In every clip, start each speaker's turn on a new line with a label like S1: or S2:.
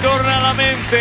S1: torna alla mente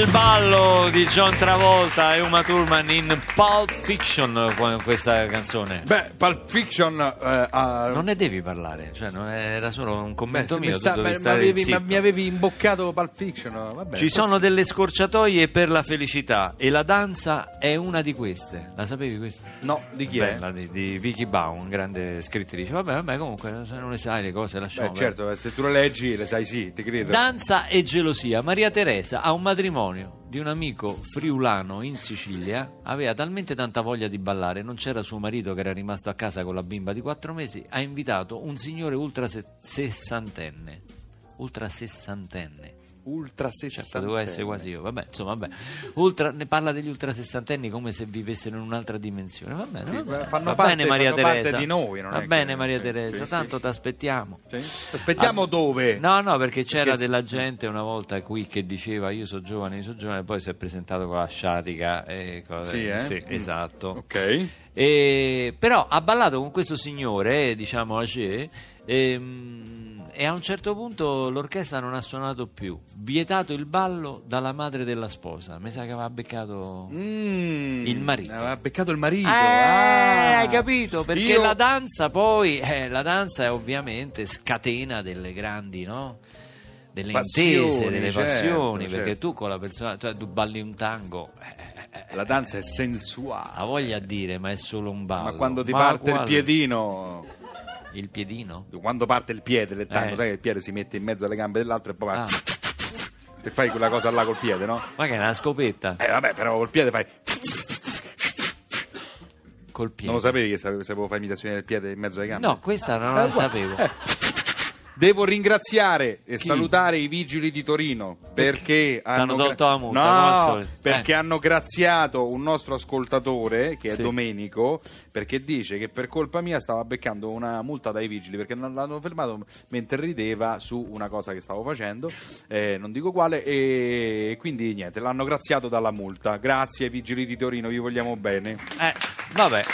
S1: il ballo di John Travolta e Uma Thurman in Pulp Fiction con questa canzone.
S2: Beh, Pulp Fiction eh, ha-
S1: Non ne devi parlare, cioè, non è- era solo un
S2: Beh,
S1: commento
S2: se Eh, mi
S1: mio, tu
S2: sta-
S1: dovevi
S2: ma- ma
S1: stare
S2: avevi- ma
S1: zitto.
S2: mi avevi imboccato Pulp Fiction, no? vabbè.
S1: Ci sono delle scorciatoie per la felicità e la danza è una di queste. La sapevi questa?
S2: No, di chi è?
S1: Bella, di, di Vicky Baum, grande scrittrice. Vabbè, vabbè, comunque se non le sai le cose lasciamo.
S2: Beh, certo, eh, se tu le leggi le sai sì, ti credo.
S1: Danza e gelosia. Maria Teresa a un matrimonio di un amico friulano in Sicilia aveva talmente tanta voglia di ballare, non c'era suo marito che era rimasto a casa con la bimba di quattro mesi, ha invitato un signore ultra se- sessantenne. Ultra sessantenne.
S2: Ultra
S1: Cioè,
S2: 60.
S1: potevo essere quasi io, vabbè, insomma, vabbè. Ultra- ne parla degli ultra sessantenni come se vivessero in un'altra dimensione. Va bene,
S2: Sì,
S1: va bene,
S2: fanno
S1: va
S2: parte-
S1: bene Maria
S2: fanno parte
S1: Teresa.
S2: di noi, non
S1: va
S2: è che-
S1: bene Maria
S2: sì,
S1: Teresa,
S2: sì,
S1: tanto ti aspettiamo.
S2: Aspettiamo
S1: Ah,
S2: dove?
S1: No, no, perché c'era
S2: Perché-
S1: della gente una volta qui che diceva io so giovane, io so giovane, poi si è presentato con la sciatica e cose.
S2: Sì, eh?
S1: Sì,
S2: Mm.
S1: esatto.
S2: Ok.
S1: E- però ha ballato con questo signore, eh, diciamo Agé, ehm, e a un certo punto l'orchestra non ha suonato più. Vietato il ballo dalla madre della sposa. Mi sa che aveva beccato.
S2: Mm,
S1: Il marito.
S2: Aveva beccato il marito.
S1: Eh,
S2: ah.
S1: hai capito? Perché
S2: Io-
S1: la danza poi, eh, la danza è ovviamente scatena delle grandi, no? Delle
S2: Passioni,
S1: intese, delle
S2: certo,
S1: passioni,
S2: certo.
S1: perché tu con la persona, cioè tu balli un tango, eh, eh, eh,
S2: La danza è sensuale.
S1: ha voglia a dire, ma è solo un ballo.
S2: Ma quando ti parte il
S1: qual-
S2: piedino,
S1: Il piedino?
S2: quando parte il piede, del tango,
S1: Eh.
S2: sai che il piede si mette in mezzo alle gambe dell'altro e poi va-
S1: Ah.
S2: e fai quella cosa là col piede, no?
S1: Ma che è una scopetta?
S2: Eh vabbè, però col piede fai.
S1: Col piede.
S2: Non lo Eh, sapevi che sapevo, sapevo fare imitazione del piede in mezzo alle gambe?
S1: No, questa non la sapevo.
S2: Devo ringraziare e salutare i vigili di Torino perché
S1: T'hanno
S2: hanno
S1: tolto la multa,
S2: No,
S1: come al solito.
S2: perché
S1: Eh.
S2: hanno graziato un nostro ascoltatore che è
S1: Sì.
S2: Domenico perché dice che per colpa mia stava beccando una multa dai vigili perché non l'hanno fermato mentre rideva su una cosa che stavo facendo, eh, non dico quale e quindi niente, l'hanno graziato dalla multa. Grazie vigili di Torino, vi vogliamo bene.
S1: Eh, vabbè,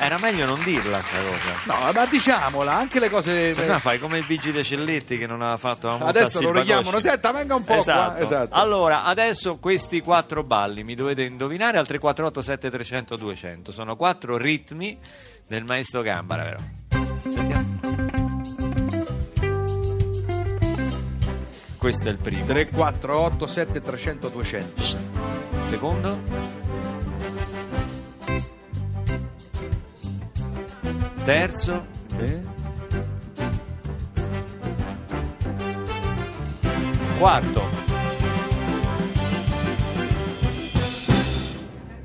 S1: era meglio non dirla sta cosa.
S2: No, ma diciamola, anche le cose eh,
S1: Se no fai come il vigile Celletti che non aveva fatto la multa a
S2: Adesso lo
S1: Silva
S2: richiamano,
S1: Cosci.
S2: senta, venga un po'
S1: esatto.
S2: qua. Esatto.
S1: Allora, adesso questi quattro balli mi dovete indovinare al 348 7300 200. Sono quattro ritmi del maestro Gambara, vero? Sentiamo. Questo è il primo.
S2: 348 7300 200
S1: Secondo. Terzo. Certo. Quarto.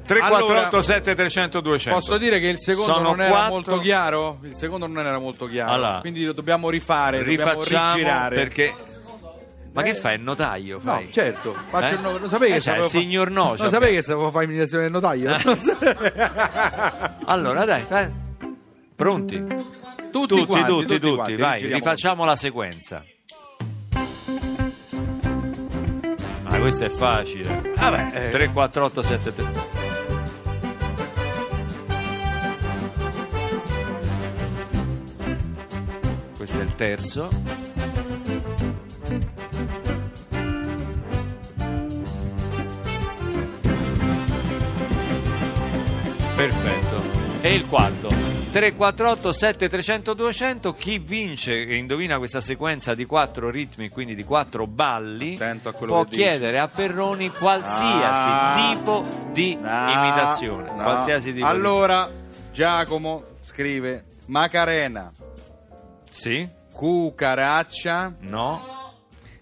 S1: 3487 300 200
S2: Posso dire che il secondo
S1: Sono
S2: non era
S1: quattro-
S2: molto chiaro? Il secondo non era molto chiaro.
S1: Allora.
S2: quindi lo dobbiamo rifare, dobbiamo
S1: rifacciamo
S2: rigirare. Eh.
S1: perché ma che fai il notaio
S2: No,
S1: fai?
S2: certo, faccio
S1: Eh?
S2: il nome. Non sapevi
S1: Eh,
S2: che
S1: cioè,
S2: sapevo
S1: il
S2: fa-
S1: signor Eh. no,
S2: Non
S1: cioè,
S2: sapevi che sapevo fare imitazione del notaio?
S1: allora dai fai. pronti tutti
S2: tutti,
S1: tutti
S2: quanti,
S1: tutti,
S2: quanti,
S1: vai
S2: rigiriamo
S1: rifacciamo la sequenza ma questo è facile
S2: tutti. Vabbè, eh,
S1: 3 4 8 7 3 Questo è il terzo. Perfetto. E il quarto. 348 7300 200 chi vince e indovina questa sequenza di quattro ritmi quindi di quattro balli
S2: Attento a quello
S1: può
S2: che dici.
S1: chiedere a Perroni qualsiasi
S2: Ah.
S1: tipo di
S2: no,
S1: imitazione
S2: no.
S1: qualsiasi tipo di-
S2: Allora, Giacomo scrive Macarena,
S1: Sì?
S2: cucaraccia,
S1: No?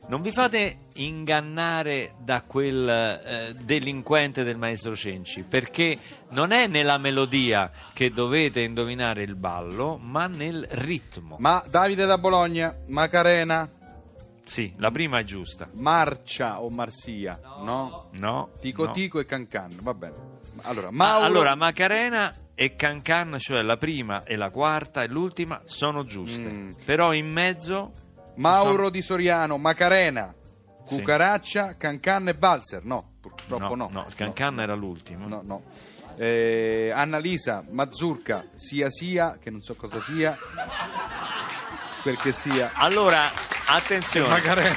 S1: Non vi fate ingannare da quel eh, delinquente del maestro Cenci, perché non è nella melodia che dovete indovinare il ballo, ma nel ritmo.
S2: ma Davide da Bologna, Macarena,
S1: Sì, la prima è giusta.
S2: Marcia o Marsia, no?
S1: No?
S2: Tico
S1: no.
S2: Tico e Cancan, va bene. Allora,
S1: Ma
S2: Mauro-
S1: allora, Macarena e Cancan, cioè la prima e la quarta e l'ultima, sono giuste.
S2: Mm.
S1: Però in mezzo... diciamo-
S2: Mauro di Soriano, Macarena, Cucaraccia, Cancan e Balzer. No, purtroppo no.
S1: no, no, Cancan era l'ultimo.
S2: No, no. Eh, Annalisa, Mazzurca, Sia Sia, che non so cosa sia, quel che sia.
S1: Allora, attenzione.
S2: Macarena.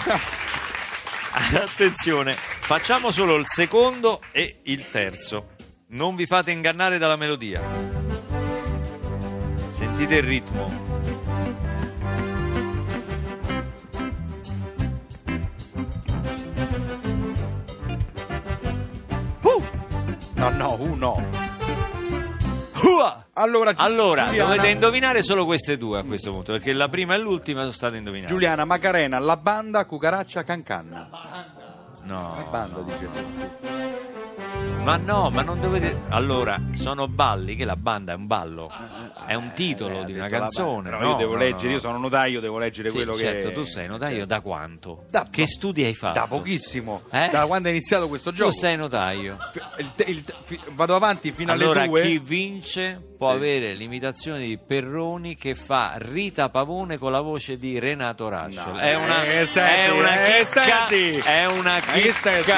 S1: Attenzione, facciamo solo il secondo e il terzo. Non vi fate ingannare dalla melodia. Sentite il ritmo.
S2: No, no, uh, no.
S1: Hua!
S2: Allora, Gi-
S1: Allora,
S2: Giuliana,
S1: dovete indovinare solo queste due a questo punto, perché la prima e l'ultima sono state indovinate.
S2: Giuliana, Macarena, La Banda, Cucaraccia, Cancan. La
S1: No,
S2: Banda, dice sì, sì.
S1: ma no, ma non dovete... Allora, sono balli, che la banda è un ballo, è un titolo
S2: Ah, Eh,
S1: di
S2: ha
S1: una
S2: detto La Banda.
S1: canzone.
S2: Però
S1: no,
S2: io devo
S1: no,
S2: leggere,
S1: no.
S2: io sono un notaio, devo leggere
S1: Sì,
S2: quello che...
S1: certo, tu sei notaio da quanto?
S2: Da-
S1: che studi hai fatto?
S2: Da pochissimo,
S1: Eh?
S2: da quando è iniziato questo
S1: Tu
S2: gioco.
S1: sei notaio.
S2: F- il te- il te- fi- vado avanti fino
S1: allora,
S2: alle due.
S1: chi vince può
S2: Sì.
S1: avere l'imitazione di Perroni che fa Rita Pavone con la voce di Renato Rascel.
S2: No.
S1: È una,
S2: Eh, senti,
S1: è una
S2: eh,
S1: chicca,
S2: senti.
S1: è una
S2: Eh,
S1: chicca
S2: senti.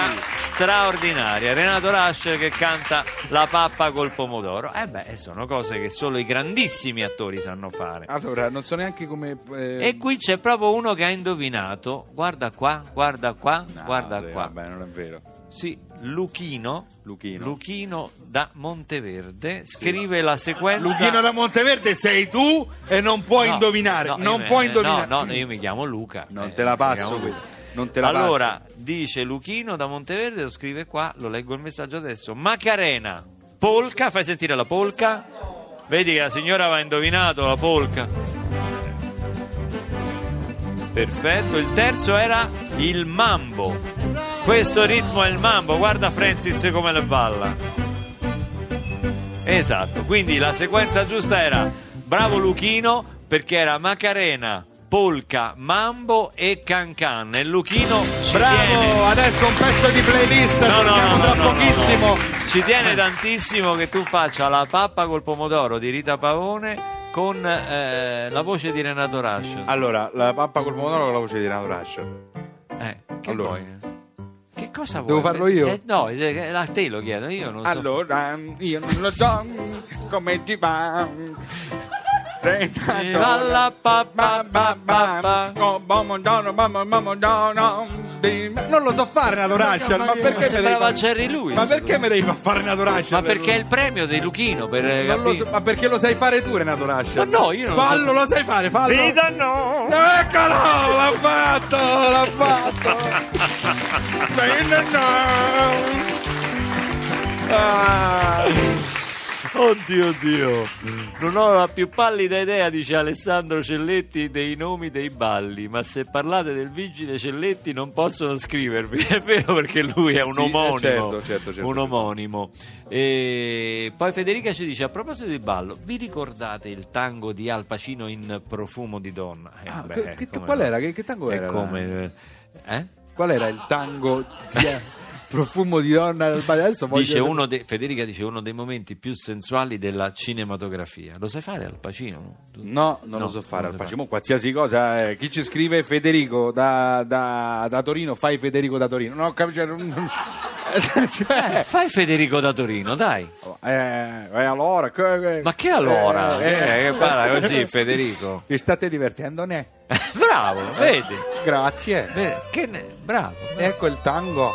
S1: straordinaria. Renato Rascel che canta La pappa col pomodoro. Eh beh, sono cose che solo i grandissimi attori sanno fare.
S2: Allora, non so neanche come... eh,
S1: E qui c'è proprio uno che ha indovinato. Guarda qua, guarda qua,
S2: No,
S1: guarda
S2: Ah, sì,
S1: qua.
S2: Vabbè, non è vero.
S1: Sì, Luchino,
S2: Luchino.
S1: Luchino da Monteverde scrive la sequenza.
S2: Luchino da Monteverde sei tu e non puoi
S1: No,
S2: indovinare.
S1: no,
S2: non
S1: io-
S2: puoi
S1: eh,
S2: indovinare.
S1: No, no, io mi chiamo Luca.
S2: Non
S1: eh,
S2: te la
S1: mi
S2: passo
S1: chiamo
S2: quella,
S1: Luca.
S2: non te la
S1: allora, dice Luchino da Monteverde, lo scrive qua, lo leggo il messaggio adesso. Macarena, polca, fai sentire la polca. Vedi che la signora aveva indovinato la polca. Perfetto, il terzo era il mambo. Questo ritmo è il mambo, guarda Francis come le balla. Esatto, quindi la sequenza giusta era Bravo Luchino perché era Macarena, Polca, Mambo e Cancan e Luchino ci tiene.
S2: Bravo, adesso un pezzo di playlist.
S1: No, no,
S2: torniamo
S1: no, no,
S2: tra
S1: no, no,
S2: pochissimo.
S1: no. Ci tiene tantissimo che tu faccia la pappa col pomodoro di Rita Pavone con eh, la voce di Renato Rascio.
S2: Allora, la pappa col pomodoro con la voce di Renato Rascio.
S1: Eh, che
S2: allora.
S1: vuoi? Che cosa vuoi?
S2: Devo farlo io?
S1: Eh, no, eh, a te lo chiedo, io non so.
S2: Allora, io non lo so come ti va.
S1: Eh,
S2: Renato.
S1: la la Eh, pa pa
S2: Ba, ba,
S1: pa pa
S2: ba.
S1: pa.
S2: Oh, pomodoro, mamma, pomodoro. Di- ma Non lo so fare Renato Rascio, ma perché
S1: Ma
S2: me
S1: sembrava
S2: devi-
S1: Jerry Lewis.
S2: Ma perché me devi far fare Renato Rascio?
S1: Ma perché è il premio di Luchino per eh,
S2: Non lo
S1: capire?
S2: so, ma perché lo sai fare tu, Renato Nasce?
S1: Ma no, io non lo
S2: Fallo,
S1: so.
S2: lo sai fare, fallo.
S1: Vita no!
S2: Eccolo, l'ha fatto, l'ha fatto. Vita no. Ah.
S1: Oddio, oddio. Non ho la più pallida idea, dice Alessandro Celletti, dei nomi dei balli. Ma se parlate del vigile Celletti non possono scrivervi. È vero perché lui è un
S2: Sì, eh,
S1: omonimo.
S2: certo, certo, certo.
S1: Un omonimo. E poi Federica ci dice, a proposito di ballo, vi ricordate il tango di Al Pacino in Profumo di Donna? Eh,
S2: Ah,
S1: beh,
S2: che- che-
S1: come
S2: qual
S1: no.
S2: era? Che- che tango
S1: È
S2: era?
S1: come- Eh?
S2: Qual era il tango di eh, profumo di donna? Adesso voglio...
S1: Dice uno de- Federica dice uno dei momenti più sensuali della cinematografia. Lo sai fare Al Pacino? Tu-
S2: No, non
S1: No,
S2: lo so fare.
S1: non lo
S2: Facciamo qualsiasi cosa. eh. Chi ci scrive Federico da, da- da Torino, fai Federico da Torino. No, cap- cioè, non- cioè,
S1: Eh, Fai Federico da Torino, dai.
S2: Eh, eh, allora, che- che-
S1: Ma che allora?
S2: Eh, eh.
S1: Eh, che parla così, Federico.
S2: Vi state divertendo, ne?
S1: bravo, vedi?
S2: Grazie.
S1: Vedi, Che ne- bravo.
S2: Ecco il tango.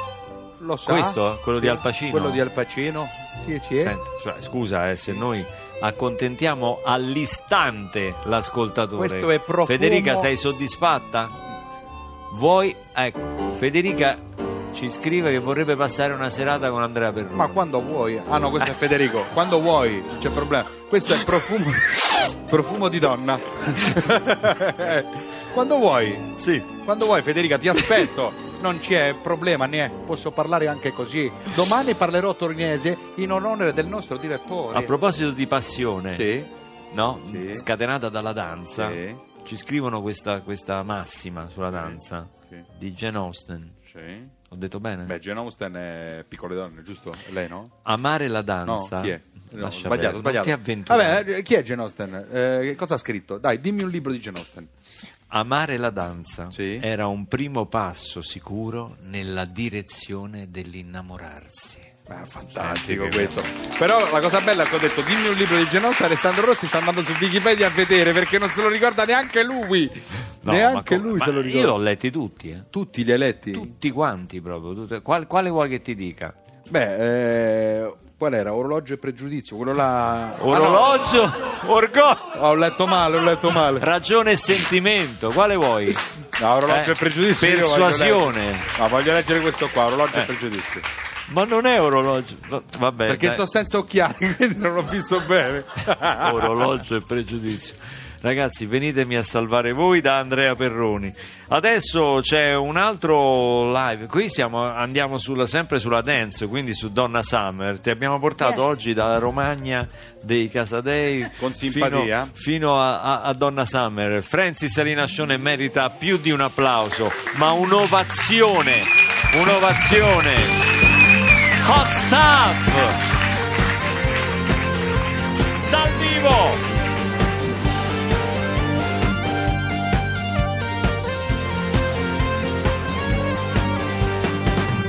S2: Lo so.
S1: Questo? Quello di Al Pacino?
S2: Quello di Al Pacino. Sì, sì.
S1: Senti, cioè, scusa eh, se noi accontentiamo all'istante l'ascoltatore.
S2: Questo è profumo-
S1: Federica, sei soddisfatta? Vuoi? Ecco, Federica Ci scrive che vorrebbe passare una serata con Andrea Perrone.
S2: Ma quando vuoi. Ah no, questo è Federico. Quando vuoi, non c'è problema. Questo è profumo. profumo di donna. quando vuoi.
S3: Sì.
S2: Quando vuoi, Federica, ti aspetto. Non c'è problema, né. Posso parlare anche così. Domani parlerò torinese in onore del nostro direttore.
S1: A Eh. proposito di passione,
S2: Sì.
S1: no?
S2: Sì.
S1: scatenata dalla danza,
S2: Sì.
S1: ci scrivono questa, questa massima sulla danza
S2: Sì.
S1: di Jane Austen.
S2: Sì.
S1: Ho detto bene?
S2: Beh, Jane Austen è piccole donne, giusto? Lei no?
S1: Amare la
S2: No,
S1: danza.
S2: chi è? No,
S1: Lascia
S2: sbagliato,
S1: perdere.
S2: sbagliato.
S1: Che avventura.
S2: Vabbè, eh, chi è Jane Austen? Eh, cosa ha scritto? Dai, dimmi un libro di Jane Austen.
S1: Amare la danza
S2: Sì.
S1: era un primo passo sicuro nella direzione dell'innamorarsi.
S2: Ah, fantastico questo. Però la cosa bella è che ho detto dimmi un libro di Genosta, Alessandro Rossi sta andando su Wikipedia a vedere perché non se lo ricorda neanche lui.
S1: No,
S2: neanche
S1: ma come?
S2: lui se
S1: Ma
S2: lo
S1: Io
S2: ricorda.
S1: l'ho letti tutti, eh.
S2: Tutti li hai letti?
S1: tutti quanti proprio. tutte- qual- quale vuoi che ti dica?
S2: Beh, eh, qual era? Orologio e pregiudizio, quello
S1: Ah,
S2: là...
S1: Orologio, orgoglio,
S2: Ah, no, ho letto male, ho letto male.
S1: ragione e sentimento. Quale vuoi?
S2: No, orologio
S1: Eh,
S2: e pregiudizio. io voglio
S1: persuasione.
S2: leggere- No, voglio leggere questo qua, orologio e
S1: Eh.
S2: pregiudizio.
S1: Ma non è orologio. Va- Vabbè,
S2: Perché
S1: dai. Ah,
S2: sto senza occhiali, quindi non l'ho visto bene.
S1: orologio e pregiudizio. Ragazzi, venitemi a salvare voi da Andrea Perroni. Adesso c'è un altro live. Qui siamo, andiamo sulla- sempre sulla dance, quindi su Donna Summer. Ti abbiamo portato
S4: Yes.
S1: oggi dalla Romagna dei Casadei
S2: Con
S1: fino-
S2: simpatia.
S1: fino, a, a- a Donna Summer. Francis Salinascione merita più di un applauso, ma un'ovazione. Un'ovazione. Hot stuff! Dal vivo!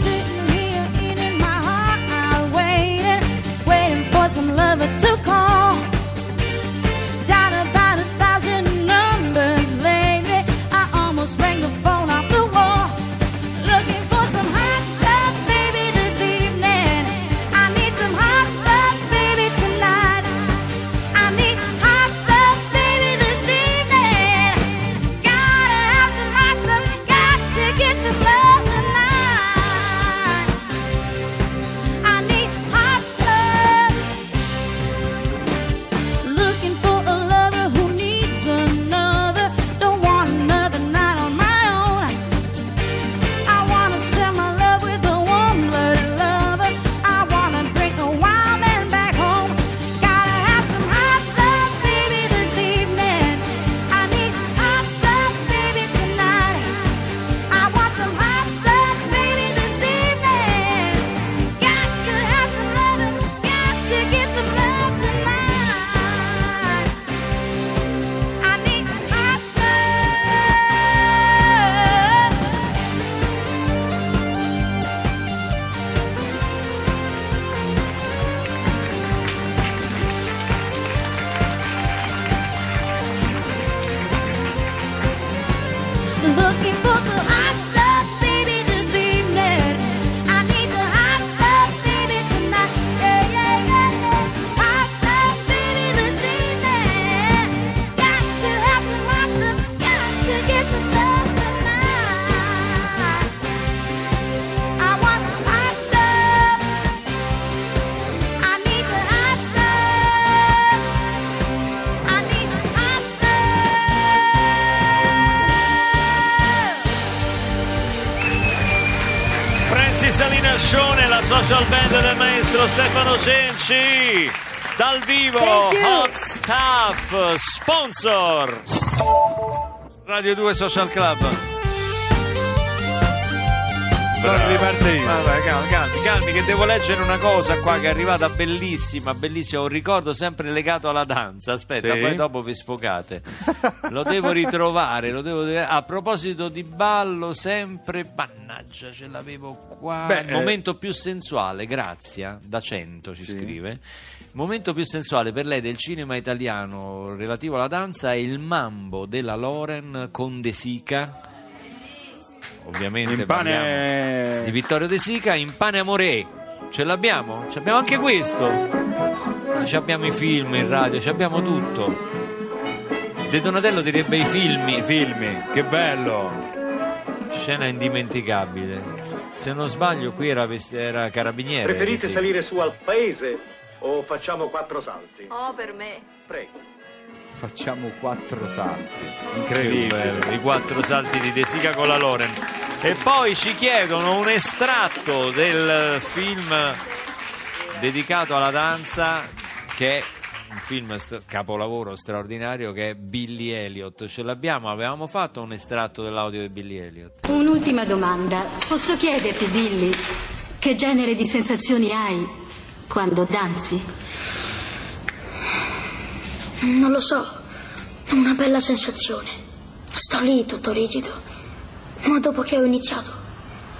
S4: Sitting here eating my heart out, waiting, waiting for some lover to call. Down about a thousand numbers lately, I almost rang the phone off the wall. Looking for some hot stuff, baby, this evening. I need some hot stuff, baby, tonight. I need hot stuff, baby, this evening. Gotta have some hot stuff, got to get some love tonight. I need hot stuff. Looking for a lover who needs another. Don't want another night on my own. I wanna share my love with a warm-blooded lover. I wanna bring a wild man back home. Gotta have some hot stuff, baby, this evening. I need hot stuff, baby, tonight. I want some hot stuff, baby, this evening. Got to have some love, got to get some love tonight. I need hot stuff. Looking for the hot stuff, baby, this evening. I need the hot stuff, baby, tonight. Yeah, yeah, yeah, yeah. Hot stuff, baby, this evening. Got to have some hot stuff. Got to get some love tonight. I want the hot stuff. I need the hot stuff. I need the hot stuff.
S1: Francis Salinascione, la social band del maestro Stefano Cenci. Dal vivo,
S4: Thank you.
S1: Hot Staff, sponsor. Radio 2 Social Club.
S2: Sono ripartito.
S1: Ma vai, calmi, calmi, calmi, che devo leggere una cosa qua che è arrivata bellissima, bellissima, un ricordo sempre legato alla danza. Aspetta,
S2: Sì.
S1: poi dopo vi sfogate. Lo devo ritrovare, lo devo A proposito di ballo, sempre mannaggia, ce l'avevo qua.
S2: Beh,
S1: Il
S2: eh.
S1: momento più sensuale, Grazia, da 100 ci scrive. Momento più sensuale per lei del cinema italiano relativo alla danza è il mambo della Loren con De Sica. Ovviamente
S2: In
S1: parliamo-
S2: pane...
S1: di Vittorio De Sica in Pane Amore. Ce l'abbiamo? Ce abbiamo anche questo. Noi ci abbiamo i film, il radio, ci abbiamo tutto. De Donatello direbbe i
S2: I
S1: film,
S2: filmi, che bello!
S1: scena indimenticabile. Se non sbaglio, qui era, vest- era carabiniere.
S3: Preferite
S1: sì.
S3: salire su al paese o facciamo quattro salti?
S5: Oh, per me.
S3: Prego.
S2: Facciamo quattro salti.
S1: Che
S2: Incredibile.
S1: bello, I quattro salti di De Sica con la Loren. E poi ci chiedono un estratto del film dedicato alla danza che è un film st- capolavoro straordinario che è Billy Elliot. Ce l'abbiamo, avevamo fatto un estratto dell'audio di Billy Elliot.
S6: Un'ultima domanda. Posso chiederti, Billy, che genere di sensazioni hai quando danzi?
S7: Non lo so, è una bella sensazione. Sto lì tutto rigido, ma dopo che ho iniziato,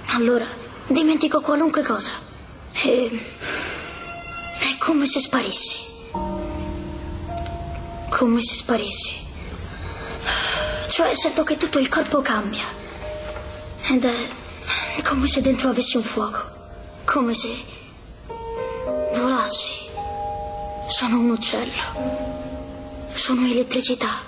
S7: allora dimentico qualunque cosa. E... è come se sparissi. Come se sparissi. Cioè sento che tutto il corpo cambia. Ed è come se dentro avessi un fuoco. Come se volassi. Sono un uccello. Sono elettricità.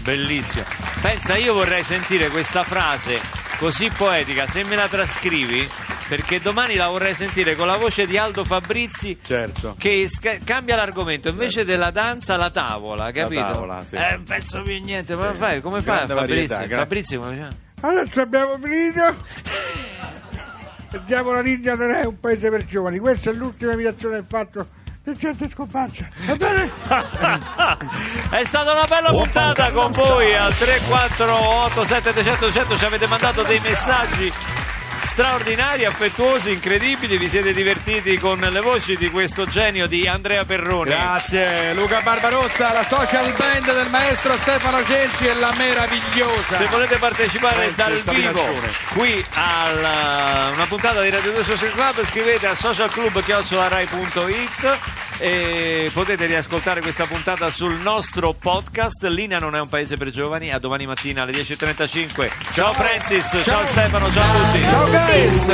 S1: Bellissimo. Pensa, io vorrei sentire questa frase così poetica, se me la trascrivi, perché domani la vorrei sentire con la voce di Aldo Fabrizi
S2: Certo.
S1: che sca- cambia l'argomento invece della danza la tavola capito?
S2: Esatto. tavola, sì.
S1: eh, non penso più niente ma
S2: Sì.
S1: fai, come fai a
S2: Grande
S1: Fabrizi?
S2: varietà, gra-
S1: Fabrizi come fa?
S8: Adesso abbiamo finito. Andiamo la Ninja non è un paese per giovani. Questa è l'ultima imitazione del fatto del gente scomparsa. Va bene?
S1: è stata una bella puntata con voi al 348 700 ci avete mandato dei messaggi straordinari, affettuosi, incredibili vi siete divertiti con le voci di questo genio di Andrea Perroni
S2: Grazie Luca Barbarossa, la social band del maestro Stefano Cenci e la meravigliosa.
S1: Se volete partecipare
S2: Renzi
S1: dal
S2: e Sabina
S1: vivo
S2: Cione.
S1: qui a una puntata di Radio 2 Social Club scrivete a socialclub.rai.it e potete riascoltare questa puntata sul nostro podcast Linea non è un paese per giovani a domani mattina alle 10.35 ciao Francis, ciao, Stefano, ciao a tutti
S2: Ciao guys!